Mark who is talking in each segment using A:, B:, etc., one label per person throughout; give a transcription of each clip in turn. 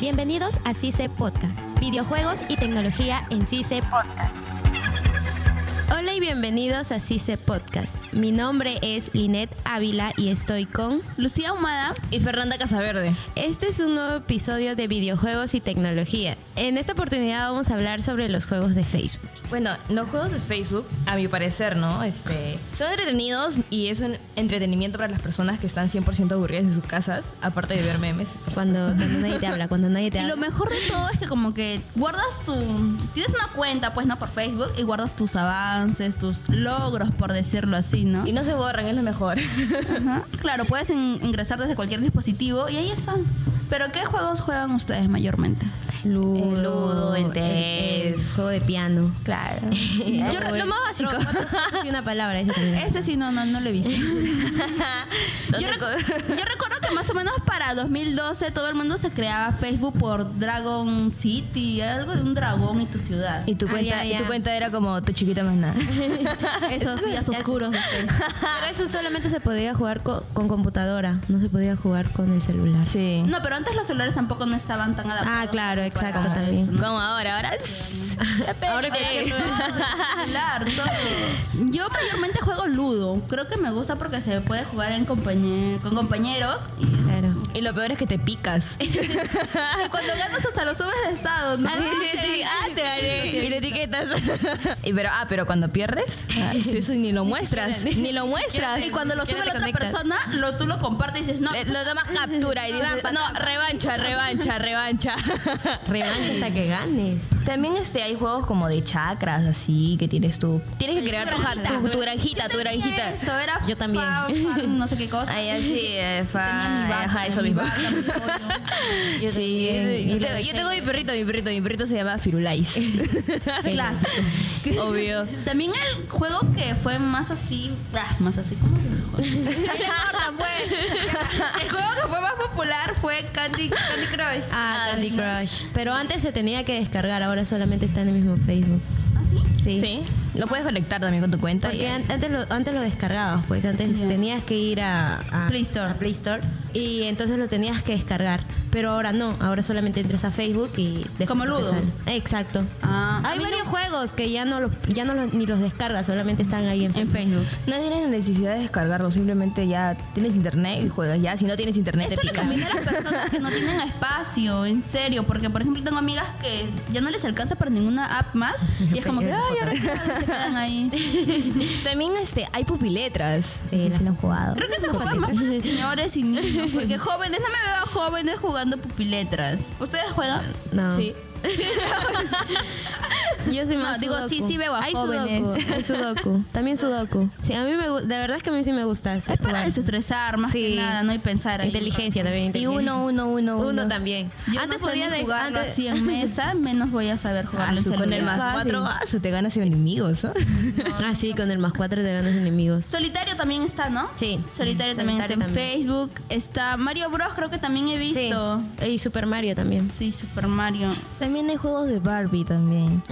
A: Bienvenidos a CICE Podcast, videojuegos y tecnología en CICE Podcast. Hola y bienvenidos a CICE Podcast. Mi nombre es Linet Ávila y estoy con
B: Lucía Humada
C: y Fernanda Casaverde.
A: Este es un nuevo episodio de videojuegos y tecnología. En esta oportunidad vamos a hablar sobre los juegos de Facebook.
C: Bueno, los juegos de Facebook, a mi parecer, ¿no? Este, son entretenidos y es un entretenimiento para las personas que están 100% aburridas en sus casas, aparte de ver memes. por
A: Cuando,
C: supuesto.
A: cuando nadie te habla, cuando nadie te
B: Y lo
A: habla.
B: mejor de todo es que como que guardas tu... Tienes una cuenta, pues, ¿no? Por Facebook y guardas tus avances, tus logros, por decirlo así, ¿no?
C: Y no se borran, es lo mejor.
B: Ajá. Claro, puedes in- ingresar desde cualquier dispositivo y ahí está. Pero ¿qué juegos juegan ustedes mayormente?
A: Ludo,
C: El Ludo, el
A: el- el
C: Tess.
A: juego de piano.
B: Claro.
A: Yo lo más básico. una palabra, ese también.
B: Ese sí, no, no, no lo he visto.
C: ¿Dónde
B: Yo, rec-
C: co-
B: yo recuerdo que más o menos para 2012 todo el mundo se creaba Facebook por Dragon City, algo de un dragón y tu ciudad.
C: y tu
A: Ah,
C: cuenta,
A: ya,
C: y
A: ya.
C: tu cuenta era como tu chiquita más nada.
B: Esos días oscuros. de Facebook.
A: Pero eso solamente se podía jugar co- con, computadora, no se podía jugar con el celular.
C: Sí.
B: No, pero antes los celulares tampoco no estaban tan adaptados.
A: Ah, claro,
B: para
A: exacto,
B: eso,
A: también.
B: ¿no?
C: Como ahora, ahora.
B: Ahora cualquier celular, todo. Yo mayormente juego Ludo. Creo que me gusta porque se puede jugar en compañe- con compañeros y,
A: Claro.
C: Y lo peor es que te picas.
B: y cuando ganas hasta lo subes de estado. ¿no?
C: Ah, te gané. Y le etiquetas. Y pero, ah, pero cuando pierdes, ah, eso ni lo muestras. Ni lo muestras.
B: Y cuando lo sube la
C: Te
B: otra
C: conectas.
B: persona, lo, tú lo compartes y dices, no,
C: Le- lo tomas captura y dices,
B: Trampa,
C: no, revancha, revancha, revancha.
A: Revancha hasta que ganes.
C: También este, hay juegos como de chakras, así, que tienes tú. Tienes que crear tu, ja-
B: granjita.
C: tu, tu granjita, tu
B: Yo tenía
C: granjita.
B: Eso era
A: Yo también.
B: fa- fa- no sé qué cosa.
C: Ahí así, eh, fa-
B: Tenía mi vaca,
C: ajá, eso
B: mi
C: mismo.
B: vaca, mi pollo.
C: Yo, sí,
A: también.
C: yo,
A: Y lo
C: tengo- yo
A: dejé.
C: tengo mi perrito, mi perrito, mi perrito se llama Firulais.
B: Clásico.
C: Obvio.
B: También el juego que fue más así, ah, más así, ¿cómo se dice? No importa, pues. El juego que fue más popular fue Candy, Candy Crush.
A: Ah, Candy
B: sí.
A: Crush. Pero antes se tenía que descargar, ahora solamente está en el mismo Facebook.
B: ¿Ah, sí?
A: Sí.
C: Sí. Lo puedes conectar también con tu cuenta. y-
A: Porque an- antes lo, antes lo descargabas, pues antes tenías que ir a, a-
B: Play Store.
A: a Play Store y entonces lo tenías que descargar. Pero ahora no, ahora solamente entras a Facebook y después
B: Como
A: te
B: Ludo.
A: sale. Exacto.
B: Ah, a
A: Hay
B: mí
A: varios juegos que ya no los, ya no los- ni los descargas, solamente están ahí en
B: En
A: Facebook.
B: Facebook.
C: No tienes necesidad de descargarlo, simplemente ya tienes internet y juegas ya. Si no tienes internet,
B: Esto
C: te
B: le
C: picas.
B: conviene a las personas que no tienen espacio, en serio, porque por ejemplo tengo amigas que ya no les alcanza para ninguna app más y es como que, ay, ahora qué", se quedan ahí.
C: También este, hay pupiletras.
A: Sí,
C: No sé si
A: las-
C: lo han jugado.
B: Creo que ese juego es más para señores y niños, porque jóvenes, no me veo a jóvenes jugando pupiletras. ¿Ustedes juegan?
A: No.
C: Sí.
A: Yo soy
B: No,
A: más
B: digo,
A: sudoku.
B: sí, sí veo a
A: Hay
B: jóvenes.
A: Sudoku, hay sudoku. También sudoku. Sí, a mí me gu- la verdad es que a mí sí me gusta.
B: Es para desestresar más
A: Sí.
B: que nada, no hay pensar. ahí.
A: Inteligencia también.
C: Y
A: inteligencia.
C: uno, uno, uno, uno.
A: Uno también.
B: Yo antes no podía
A: de-
B: jugarlo
A: antes-
B: así en mesa, menos voy a saber
C: Ah,
B: jugarlo en
C: su, con el
B: celular.
C: más
A: Fácil.
C: cuatro, ah, su, te ganas enemigos. ¿no?
A: Ah, sí, con el más cuatro te ganas enemigos.
B: Solitario también está, ¿no?
A: Sí.
B: Solitario también
A: Solitario
B: está en
A: también.
B: Facebook. Está Mario Bros, creo que también he visto.
A: Sí. Y Super Mario también.
B: Sí, Super Mario.
C: También hay juegos de Barbie también.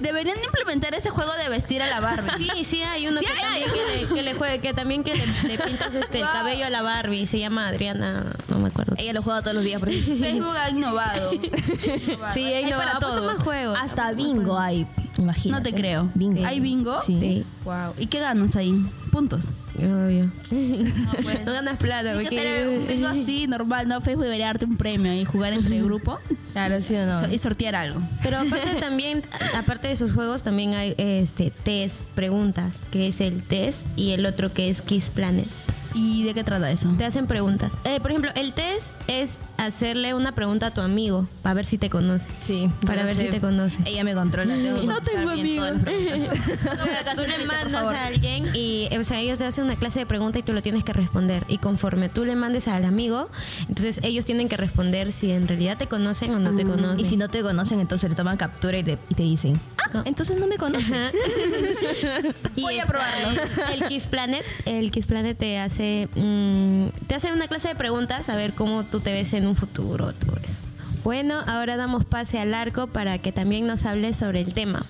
B: Deberían de implementar ese juego de vestir a la Barbie.
A: Sí, sí hay uno
B: Sí
A: que,
B: hay.
A: también que, le, que le juegue, que también que le, le pintas este, el
B: Wow.
A: cabello a la Barbie. Se llama Adriana, no me acuerdo.
C: Ella lo juega todos los días. Por
B: Facebook ha innovado. Innovado.
A: Sí, ha
B: Hay
A: innovado. Ha
B: para
A: puesto
B: todos.
A: más juegos.
C: Hasta bingo hay, imagínate.
B: No te creo.
C: Bingo.
B: ¿Hay bingo?
C: Sí.
A: Sí.
B: Wow. ¿Y qué ganas ahí? Puntos.
A: Obvio.
B: No, pues.
A: No ganas plata,
B: Tiene que ser un
A: porque...
B: bingo así, normal, ¿no? Facebook debería darte un premio y jugar entre el grupo
C: Claro, sí o no.
B: so- y sortear algo.
A: Pero aparte también, aparte de esos juegos, también hay este test, preguntas, que es el test, y el otro que es Kiss Planet.
B: ¿Y de qué trata eso?
A: Te hacen preguntas. Eh, por ejemplo, el test es hacerle una pregunta a tu amigo para ver si te conoce.
C: Sí,
A: Para
C: yo
A: ver si
C: sé.
A: te conoce.
C: Ella me controla. tengo que
A: No
C: contestar
A: tengo
C: bien todas
A: amigos.
C: las preguntas.
A: Tú le mandas a
B: al-
A: alguien y, eh, o sea, ellos te hacen una clase de pregunta y tú lo tienes que responder. Y conforme tú le mandes al amigo, entonces ellos tienen que responder si en realidad te conocen o no te conocen.
C: Y si no te conocen, entonces le toman captura y te, y te dicen, ah, entonces no me conoces.
A: Y
B: Voy a
A: está
B: probarlo.
A: El, el Kiss Planet, el Kiss Planet te hace, mm, te hace una clase de preguntas a ver cómo tú te ves en un futuro, todo eso. Bueno, ahora damos pase al arco para que también nos hable sobre el tema.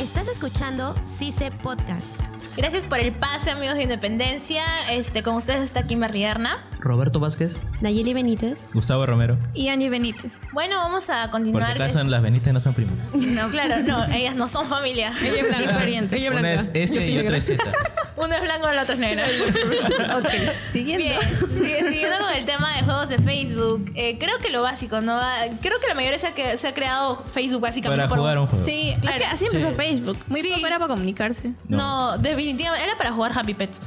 A: Estás escuchando CICE Podcast,
D: Gracias por el pase, amigos de Independencia. Este, con ustedes está Kimberly Arna.
E: Roberto Vázquez.
A: Nayeli Benítez.
F: Gustavo Romero.
G: Y Angie Benítez.
D: Bueno, vamos a
F: Por si
D: continuar. Este,
F: acaso las Benitas no son primas.
D: No, claro, no, ellas no son familia.
G: Diferentes.
E: Ella
F: Una es S y otra es Z.
D: Uno es blanco y la otra es negra.
G: Ok, siguiendo.
D: Bien, sigue- siguiendo con el tema de juegos de Facebook, eh, creo que lo básico, ¿no? Ah, Creo que la mayoría se ha, que- se ha creado Facebook básicamente
F: Para
D: por-
F: jugar un juego.
G: Sí,
D: Claro.
G: es que así empezó
E: Sí.
G: Facebook. Muy
D: Sí.
G: poco era para comunicarse.
D: No, definitivamente era para jugar Happy Pets.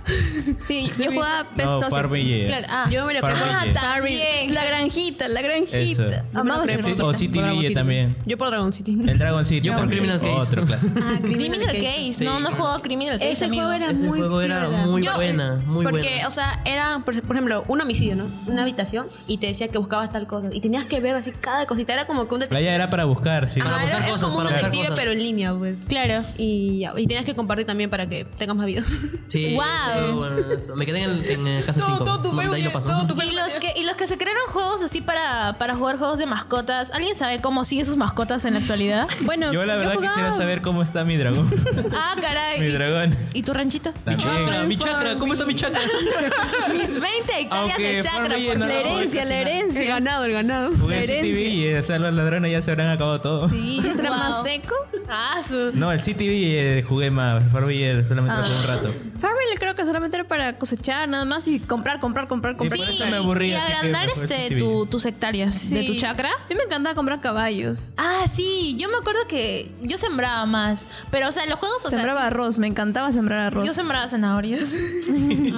G: Sí,
A: Yo jugaba Pet
F: No,
A: Society.
F: Farmville.
D: Claro, ah.
A: Yo me lo
F: Farmville.
A: compraba
D: Bien.
G: La granjita, la granjita.
F: Eso.
G: Amamos
F: Sí,
G: ese
F: o City Ville también.
H: Yo por Dragon City.
F: El Dragon City.
E: Yo por Criminal Case.
F: Otro clásico.
A: Ah,
D: Criminal Case,
E: Sí,
D: no, no
E: claro.
D: jugó Criminal Case.
H: Ese
D: amigo.
H: juego era
E: Ese
H: muy
E: juego era
H: piola.
E: muy
H: Yo- eh,
E: buena, muy
H: porque,
E: buena.
H: o sea, era, por, por ejemplo, un homicidio, ¿no? Una habitación y te decía que buscabas tal cosa. Y tenías que ver así cada cosita. Era como que un detective.
F: Allá era para buscar, sí.
E: Para
H: Ah,
E: buscar
H: era, era
E: cosas,
H: como un
E: para buscar
H: detective,
E: cosas.
H: pero en línea, pues.
D: Claro.
H: Y, ya, y tenías que compartir también para que tengas más vida.
E: Sí,
D: Wow.
E: sí, bueno, eso. me quedé en el, en el caso 5. de ahí lo pasó.
D: Y los, que, y los que se crearon juegos así para, para jugar juegos de mascotas, ¿alguien sabe cómo siguen sus mascotas en la actualidad?
G: Bueno,
F: Yo la verdad
G: jugaba-
F: quisiera saber cómo está mi dragón.
D: ah, caray.
F: mi
D: ¿Y-
F: dragón.
D: ¿Y, tu ranchito?
E: Mi chakra,
F: También.
E: mi chakra, ¿cómo está mi chakra?
D: Mis 20
G: Ah.
D: hectáreas
F: Aunque
D: de chakra.
F: Farmville
D: por
F: no
G: La
F: lo-
G: herencia, la herencia.
H: El ganado, el ganado.
F: Jugué en CTV y o sea, los ladrones ya se habrán acabado todo.
D: Sí,
G: ¿Esto era
D: wow.
G: más seco?
D: Ah, su.
F: No, el CTV eh, jugué más. Farmville
G: Ah.
F: solamente lo jugué un rato.
G: Farmville creo que solamente era para cosechar nada más y comprar, comprar, comprar,
F: Y
G: comprar.
F: por
D: Sí,
F: eso me aburrí,
D: y
F: así que
D: agrandar
F: mejor
D: este,
F: CCTV.
D: tu- tus hectáreas de tu chakra.
G: A mí me encantaba comprar caballos.
D: Ah, sí, yo me acuerdo que yo sembraba más, pero o sea, los juegos, o sea,
G: sembraba arroz, me encantaba sembrar
D: sí,
G: arroz.
D: yo sembraba zanahorias.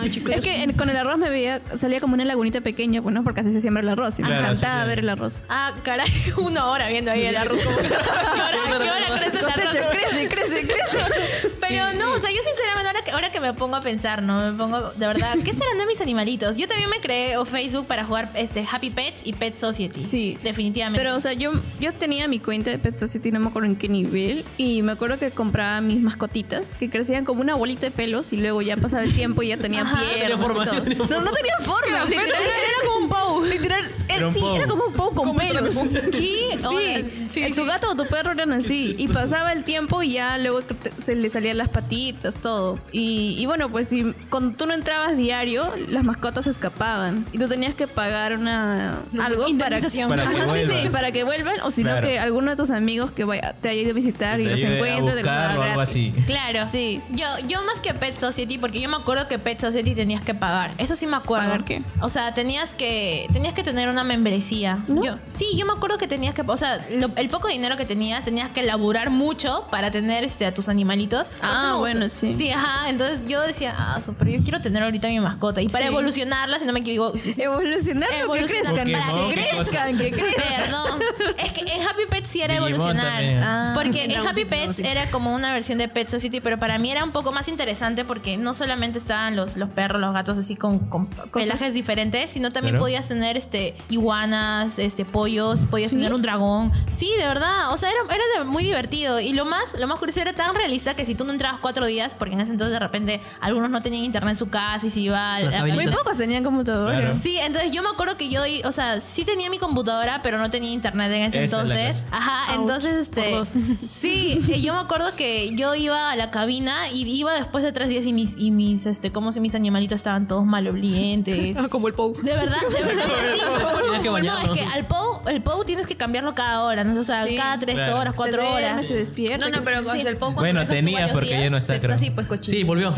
G: es que en- con el arroz me veía, salía como una lagunita pequeña, bueno, porque así se siembra el arroz. Y me
F: Claro,
G: encantaba
F: sí, sí.
G: ver el arroz.
D: ah, caray, una hora viendo ahí el arroz. como, ¿Qué hora, qué hora crece el arroz?
G: Cosecha, crece, crece, crece.
D: Pero no, o sea, yo sinceramente ahora que, ahora que me pongo a pensar, ¿no? Me pongo, de verdad, ¿qué serán de mis animalitos? Yo también me creé o Facebook para jugar este Happy Pets y Pet Society.
G: Sí.
D: Definitivamente.
G: Pero, o sea, yo, yo tenía mi cuenta de Pet Society, no me acuerdo en qué nivel, y me acuerdo que compraba mis mascotitas, que crecían como una bolita de pelos, y luego ya pasaba el tiempo y ya tenía piernas y
E: forma,
G: todo.
E: tenía
G: No, no tenía forma, literal, era, como un pou. Literal, era-
F: Era un
G: sí,
F: pou.
G: era como un pou con pelos.
D: ¿Qué? Ahora,
G: Sí, eh, tu gato o tu perro eran así. Y pasaba el tiempo y ya luego que te- se le salían las patitas, todo. Y, y bueno, pues si cuando tú no entrabas diario, las mascotas escapaban. Y tú tenías que pagar una algo para,
D: Indemnización.
F: Para que
G: Ajá, sí, sí,
F: vuelvan.
G: para que vuelvan. O si no,
F: Claro.
G: que alguno de tus amigos que vaya, te haya ido a visitar y
F: Te
G: los
F: ayude a
G: encuentre, te lo
F: buscar
G: paga
F: o algo
G: gratis.
F: así.
D: Claro.
G: Sí.
D: Yo, yo más que Pet Society, porque yo me acuerdo que Pet Society tenías que pagar. Eso sí me acuerdo.
G: ¿Pagar qué?
D: O sea, tenías que, tenías que tener una membresía. Yo, sí, yo me acuerdo que tenías que, o sea, lo- el poco dinero que tenías, tenías que laburar mucho para tener este, a tus animalitos. Por
G: Ah,
D: eso me gusta-
G: bueno, sí.
D: Sí, ajá. Entonces yo decía, ah, so, pero yo quiero tener ahorita mi mascota. Y para
G: Sí.
D: evolucionarla, si no me equivoco. sí, sí.
G: Evolucionar,
D: Evolucionar,
G: que crezcan. que
D: para que
G: crezcan, que crezcan.
D: Perdón. Es que en Happy Pets sí era
F: Digimon
D: evolucionar.
F: también.
G: Ah.
D: Porque en
H: Dragon
D: Happy
H: City, Dragon
D: Pets
H: City.
D: era como una versión de Pet Society, pero para mí era un poco más interesante porque no solamente estaban los, los perros, los gatos así con, con pelajes diferentes, sino también
F: Claro.
D: podías tener este iguanas, este pollos, podías tener un dragón. Sí, de verdad. O sea, era, era de- muy divertido. Y lo más, lo más curioso era tan realista que si tú no entrabas cuatro días, porque en ese entonces de repente algunos no tenían internet en su casa y se iba al-
E: Las
D: al-
E: cabinitas.
G: Muy pocos tenían computadora.
F: Claro.
D: Sí, entonces yo me acuerdo que yo, o sea, sí tenía mi computadora, pero no tenía internet en ese
F: Esa es la
D: entonces. Ajá, entonces este, sí, eh, yo me acuerdo que yo iba a la cabina y iba después de tres días y mis y mis este, como si mis animalitos estaban todos malolientes.
H: Como el Pou.
D: De verdad, de verdad. sí.
E: Tienes que
D: No,
E: bañarlo.
D: es que
H: ah,
D: al POU, el POU tienes que cambiarlo cada hora, ¿no? O sea,
G: Sí.
D: cada tres
F: Claro.
D: horas, cuatro
G: se duerme,
D: horas.
G: Se despierta.
H: No, no, pero con
D: Sí.
H: el Pou cuando
F: Bueno,
H: lo dejas
F: tenía,
H: varios
F: porque
H: días,
F: ya no está,
H: se-
F: creo.
H: así, pues cochinito.
E: Sí, volvió.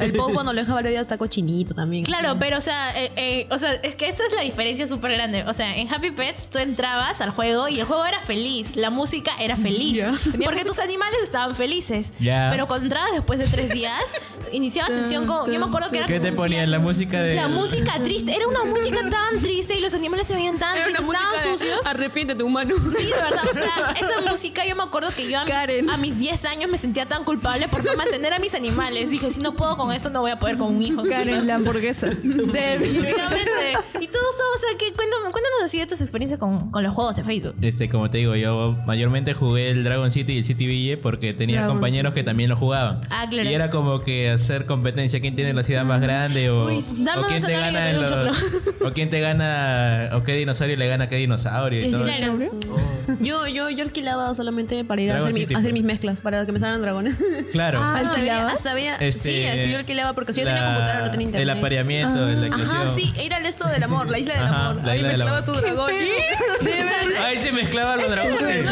H: El Pou cuando lo deja varios días está cochinito también.
D: Claro, pero o sea, eh, eh, o sea, es que esta es la diferencia súper grande. O sea, en Happy Pets tú entrabas al juego y el juego era feliz, la música era feliz, porque tus animales estaban felices.
F: Ya.
D: Pero cuando entrabas después de tres días, iniciaba sesión con, yo me acuerdo que era
F: ¿Qué
D: como
F: te
D: un
F: ponían? La
D: piano.
F: música de.
D: La música triste, era una música tan triste y los animales se veían tan
H: Era una
D: tristes,
H: música
D: tan
H: de,
D: sucios.
H: Arrepiéntete, humano.
D: Sí, de verdad, o sea, esa música yo me acuerdo que yo a mis,
G: Karen.
D: a mis 10 años me sentía tan culpable por no mantener a mis animales. Dije, si no puedo con esto, no voy a poder con un hijo.
G: Karen, la hamburguesa.
D: Definitivamente. Y todos, todos, o sea, que cuéntame- cuéntanos, ha sido tus experiencias con, con los juegos de Facebook?
F: Este, como te digo, yo mayormente jugué el Dragon City y el City Ville porque tenía
H: Dragon
F: compañeros que también lo jugaban.
D: Ah, claro.
F: Y era como que hacer competencia, quién tiene la ciudad más grande o,
D: Uy, dame
F: o
D: un
F: quién te
D: zanahoria
F: gana
D: que tiene un
F: los- o quién te gana o qué dinosaurio le gana a qué dinosaurio y
H: Pues
F: todo eso.
D: Claro.
H: Yo, yo, yo alquilaba solamente para ir a
F: Dragon
H: hacer, mi-
F: City,
H: a hacer
F: pues.
H: mis mezclas, para que me salgan dragones.
F: Claro.
D: Ah,
H: hasta había, hasta había-
F: Este,
H: Ah, sí, hasta yo alquilaba porque si yo tenía
F: la-
H: computadora no tenía
F: El
H: internet. Ah,
F: apareamiento, la eclosión.
H: Ajá, sí, era el esto del amor, la isla del
F: Ajá,
H: amor.
F: la
H: Ahí
F: isla del
H: mezclaba
F: amor.
H: tu dragón. De verdad.
F: Ahí se mezclaban los dragones.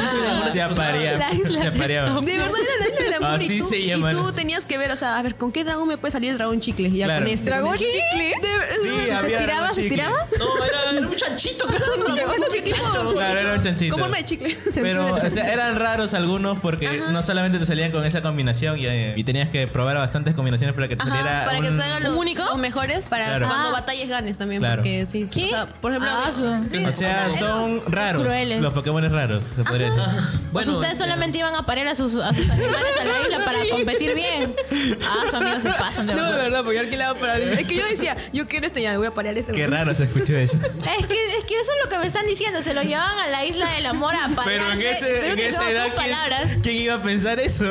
F: Se apareaban. Se apareaban.
H: De verdad era la isla del amor.
F: Así
H: y tú,
F: se
H: y
F: llama.
H: tú tenías que ver, o sea, a ver, ¿con qué dragón me puede salir el dragón chicle? Ya
F: Claro.
H: con este. ¿Dragón chicle?
F: Sí, había
H: ¿Se estiraba?
F: dragón
H: ¿Se
F: chicle.
H: estiraba?
E: No, era, era un chanchito, carajo.
H: Dragón chicle.
F: Claro, era un chanchito.
H: ¿Cómo no de chicle?
F: Pero o sea, eran raros algunos porque no solamente te salían con esa combinación y, eh, y tenías que probar bastantes combinaciones para que te saliera.
H: para que
F: un-
H: salgan los,
D: único?
H: los mejores para
F: Claro.
H: cuando
D: Ah.
H: batallas ganes también.
F: Claro.
H: Porque sí, o sea, por ejemplo,
D: Ah, su-
F: O sea, son raros.
D: crueles.
F: Los Pokémon raros, se podría decir.
D: Pues
E: eh,
D: ustedes solamente iban a parir a sus, a sus animales a la isla para competir bien. Ah, sus amigos se pasan de
H: No, de
D: verdad.
H: verdad, porque yo alquilaba para. Es que yo decía, yo quiero este, ya voy a parar este.
F: Qué raro se escuchó eso.
D: Es que, es que eso es lo que me están diciendo. Se lo llevaban a la isla del amor a parir.
F: Pero en, ese, en esa edad,
D: palabras.
F: ¿quién, quién iba a pensar eso?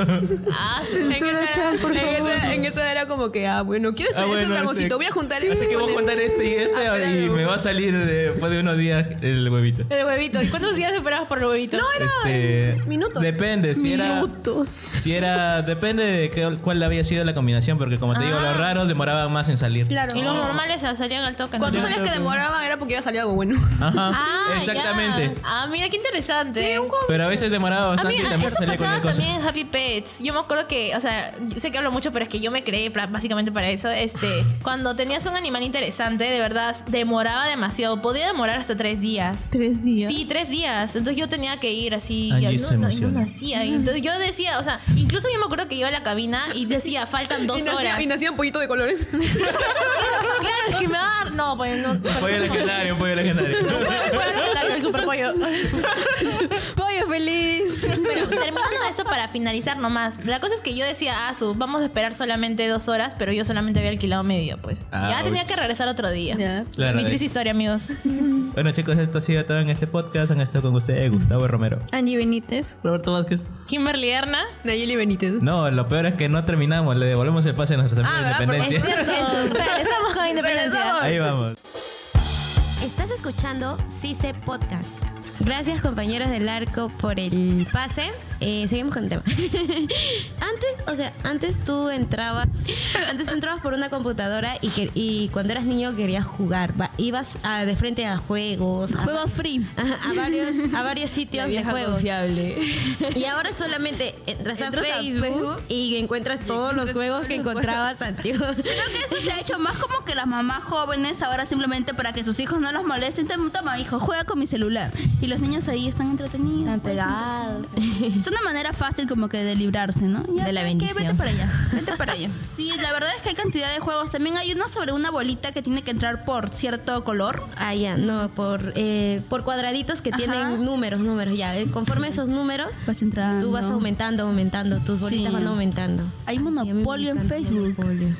D: Ah, su-
H: En esa,
G: Chan, por
H: en
G: favor.
H: esa- en esa era como que, ah, bueno, quiero
F: Ah,
H: tener este
F: bueno,
H: dragoncito,
F: este-
H: voy a juntar
F: Así que voy a
H: Vale.
F: juntar este y este
H: Ah,
F: y
H: claro.
F: me va a salir eh, después de unos días el huevito.
D: el huevito. ¿Y cuántos días esperabas por el huevito? No,
F: Este,
H: minutos.
F: Depende, si era,
G: Minutos.
F: si era, depende de qué- cuál había sido la combinación, porque como te digo,
D: Ah.
F: los raros demoraban más en salir.
D: Y los normales salían al toque. ¿no?
H: Cuando tú sabías que demoraba era porque iba a salir algo bueno.
F: Ajá,
D: Ah, ya.
F: exactamente.
D: Ah, mira qué interesante.
F: Pero a veces
D: A
F: demoraba
D: mí
F: bastante y
D: a-
F: también
D: eso
F: salía
D: pasaba
F: cualquier cosa.
D: también en Happy Pets. Yo me acuerdo que, o sea, sé que hablo mucho, pero es que yo me creé pra- básicamente para eso. Este, cuando tenías un animal interesante, de verdad, demoraba demasiado. Podía demorar hasta tres días.
G: Tres días.
D: Sí, tres días. Entonces yo tenía que ir así.
F: Angie
D: y no-
F: se
D: no, yo
F: emociona.
D: nacía. Y entonces yo decía, o sea, incluso yo me acuerdo que iba a la cabina y decía, faltan dos
H: y, nacía-
D: horas.
H: y nacía un pollito de colores.
D: Claro, es que me va a dar. No, pues no.
F: Pollo legendario, pollo legendario.
D: el superpollo.
G: Pollo feliz.
D: Pero terminando eso para finalizar nomás. La cosa es que yo decía, ah, su, vamos a esperar solamente dos horas, pero yo solamente había alquilado medio, pues. ya
F: Ouch.
D: tenía que regresar otro día.
H: Ya.
F: Claro,
D: Mi
F: de-
D: triste historia, amigos.
F: Bueno chicos, esto ha sido todo en este podcast. Han estado con ustedes Gustavo Romero.
G: Angie Benítez.
E: Roberto Vázquez.
D: Kimberly Erna.
H: Nayeli Benítez.
F: No, lo peor es que no terminamos. Le devolvemos el pase a nuestros amigos de
H: ¿verdad? Porque
F: Independencia.
D: Ah, Es cierto. Regresamos con Independencia.
F: Ahí vamos.
A: Estás escuchando CICE Podcast. Gracias compañeros del arco por el pase. Eh, seguimos con el tema. antes, o sea, antes tú entrabas, antes tú entrabas por una computadora y, que- y cuando eras niño querías jugar. Va- ibas a- de frente a juegos, a,
B: Juego free.
A: a- a varios, a varios sitios de
H: vieja
A: juegos.
H: confiable.
A: Y ahora solamente entras a
B: Entras a
A: Facebook,
B: Facebook
A: y encuentras todos los juegos que encontrabas antiguos.
B: Creo que eso se ha hecho más como que las mamás jóvenes ahora simplemente para que sus hijos no los molesten. Toma, toma, hijo, juega con mi celular. Y los niños ahí están entretenidos. pues, ¿no? Es una manera fácil como que de librarse, ¿no? Ya,
C: De la
B: ¿sabes qué?
C: bendición.
B: Vete para allá, vete para allá. Sí, la verdad es que hay cantidad de juegos. También hay uno sobre una bolita que tiene que entrar por cierto color.
A: Ah, ya, no, por, eh, por cuadraditos que
B: Ajá.
A: tienen números, números, ya. eh, Conforme esos números,
B: Vas entrando.
A: tú vas aumentando, aumentando, tus bolitas
B: Sí.
A: van aumentando.
B: Hay
A: Ay, sí, a mí me
B: Monopolio en
A: encanta
B: Facebook.
A: Monopolio.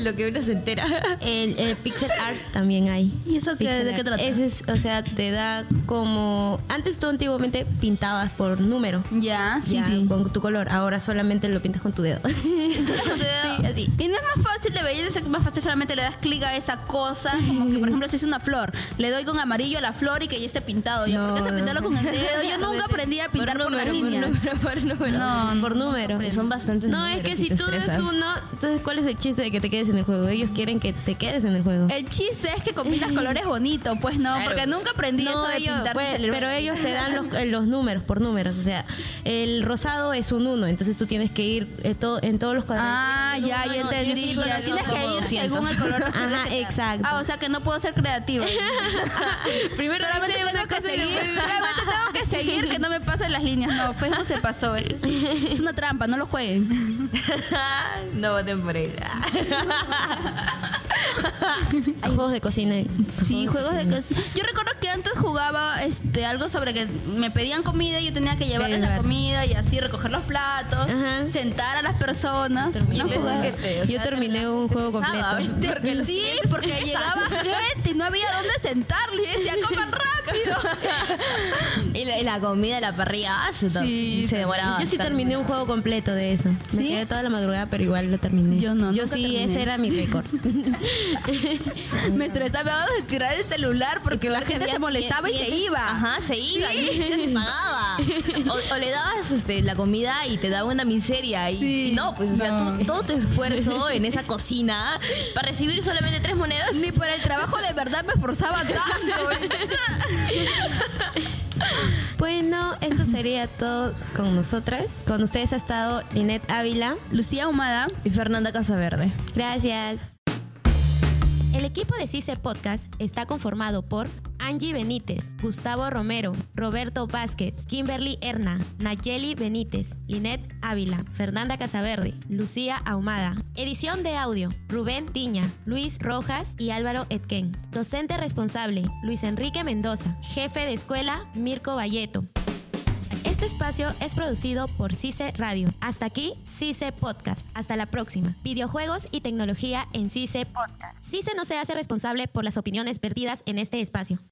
H: Lo que uno se entera.
A: El, eh, pixel art también hay.
B: ¿Y eso qué-
A: Pixel
B: de qué
A: art.
B: trata?
A: Ese es, o sea, te da como... Antes tú antiguamente pintabas por número.
B: Ya, sí,
A: ya,
B: sí.
A: Con tu color. Ahora solamente lo pintas con tu dedo.
B: Sí, así. Y no es más fácil de ver, es más fácil solamente le das clic a esa cosa, como que por ejemplo si es una flor, le doy con amarillo a la flor y que ya esté pintado. Ya, ¿por qué se pintarlo con el dedo? Yo nunca aprendí a pintar por, las líneas.
A: No, por número.
C: Son bastantes
A: No, es
C: números
A: que si
C: y te
A: tú des
C: estresas.
A: uno, entonces ¿cuál es el chiste de que te quedes en el juego? Ellos quieren que te quedes en el juego.
B: El chiste es que compitas colores bonitos, pues no, porque nunca aprendí eso
A: No,
B: de
A: ellos-
B: pintar.
A: pues,
B: con el-
A: pero ellos te dan los, eh, los números por números. O sea, el rosado es un uno, entonces tú tienes que ir eh, to- en todos los cuadrados.
B: Ah, ya, ya entendí.
C: eso
B: ya.
C: no,
B: Tienes
C: como
B: que ir
C: 200.
B: según el color. que
A: Ajá,
B: tengas.
A: exacto.
B: Ah, o sea que no puedo ser creativa.
A: Primero
B: Solamente
A: dice
B: tengo
A: una
B: que
A: cosa y
B: seguir.
A: luego-
B: Solamente tengo que seguir que no me pasen las líneas. No, Facebook se pasó. Es, es una trampa, no lo jueguen.
C: no voten por él.
A: Hay juegos de cocina.
B: Sí, juegos de cocina. Yo recuerdo que antes jugaba este algo sobre que me pedían comida y yo tenía que llevarles la
A: Claro.
B: comida y así recoger los platos,
A: Ajá.
B: sentar a las personas. No jugaba.
A: Yo terminé un juego completo.
B: Te- sí, porque llegaba gente y no había dónde sentarle y decía, coman rápido.
C: Y la, y la comida, la parrilla, ah, se, to-
B: Sí,
C: se demoraba.
A: Yo sí
C: bastante.
A: terminé un juego completo de eso. Me
B: ¿Sí?
A: quedé toda la madrugada, pero igual lo terminé.
B: Yo no,
A: Yo
B: nunca
A: sí,
B: terminé.
A: ese era mi récord.
B: Me estresaba de tirar el celular porque la gente se molestaba y se
C: Clientes-
B: iba.
C: e- Ajá, se iba. y se pagaba. O, o le dabas este, la comida y te daba una miseria. Y, y no, pues o sea, tú- todo tu esfuerzo en esa cocina para recibir solamente tres monedas.
B: Ni por el trabajo de verdad me esforzaba tanto.
A: bueno, esto sería todo con nosotras. Con ustedes ha estado Linet Ávila.
B: Lucía Humada.
C: Y Fernanda Casaverde.
A: Gracias. El equipo de CICE Podcast está conformado por Angie Benítez, Gustavo Romero, Roberto Vázquez, Kimberly Herna, Nayeli Benítez, Linet Ávila, Fernanda Casaverde, Lucía Ahumada. Edición de audio, Rubén Tiña, Luis Rojas y Álvaro Etquén. Docente responsable, Luis Enrique Mendoza. Jefe de escuela, Mirko Valleto. Este espacio es producido por CICE E Radio. Hasta aquí, CICE E Podcast. Hasta la próxima. Videojuegos y E tecnología en CICE Podcast. CICE no se hace responsable por las opiniones perdidas en este espacio.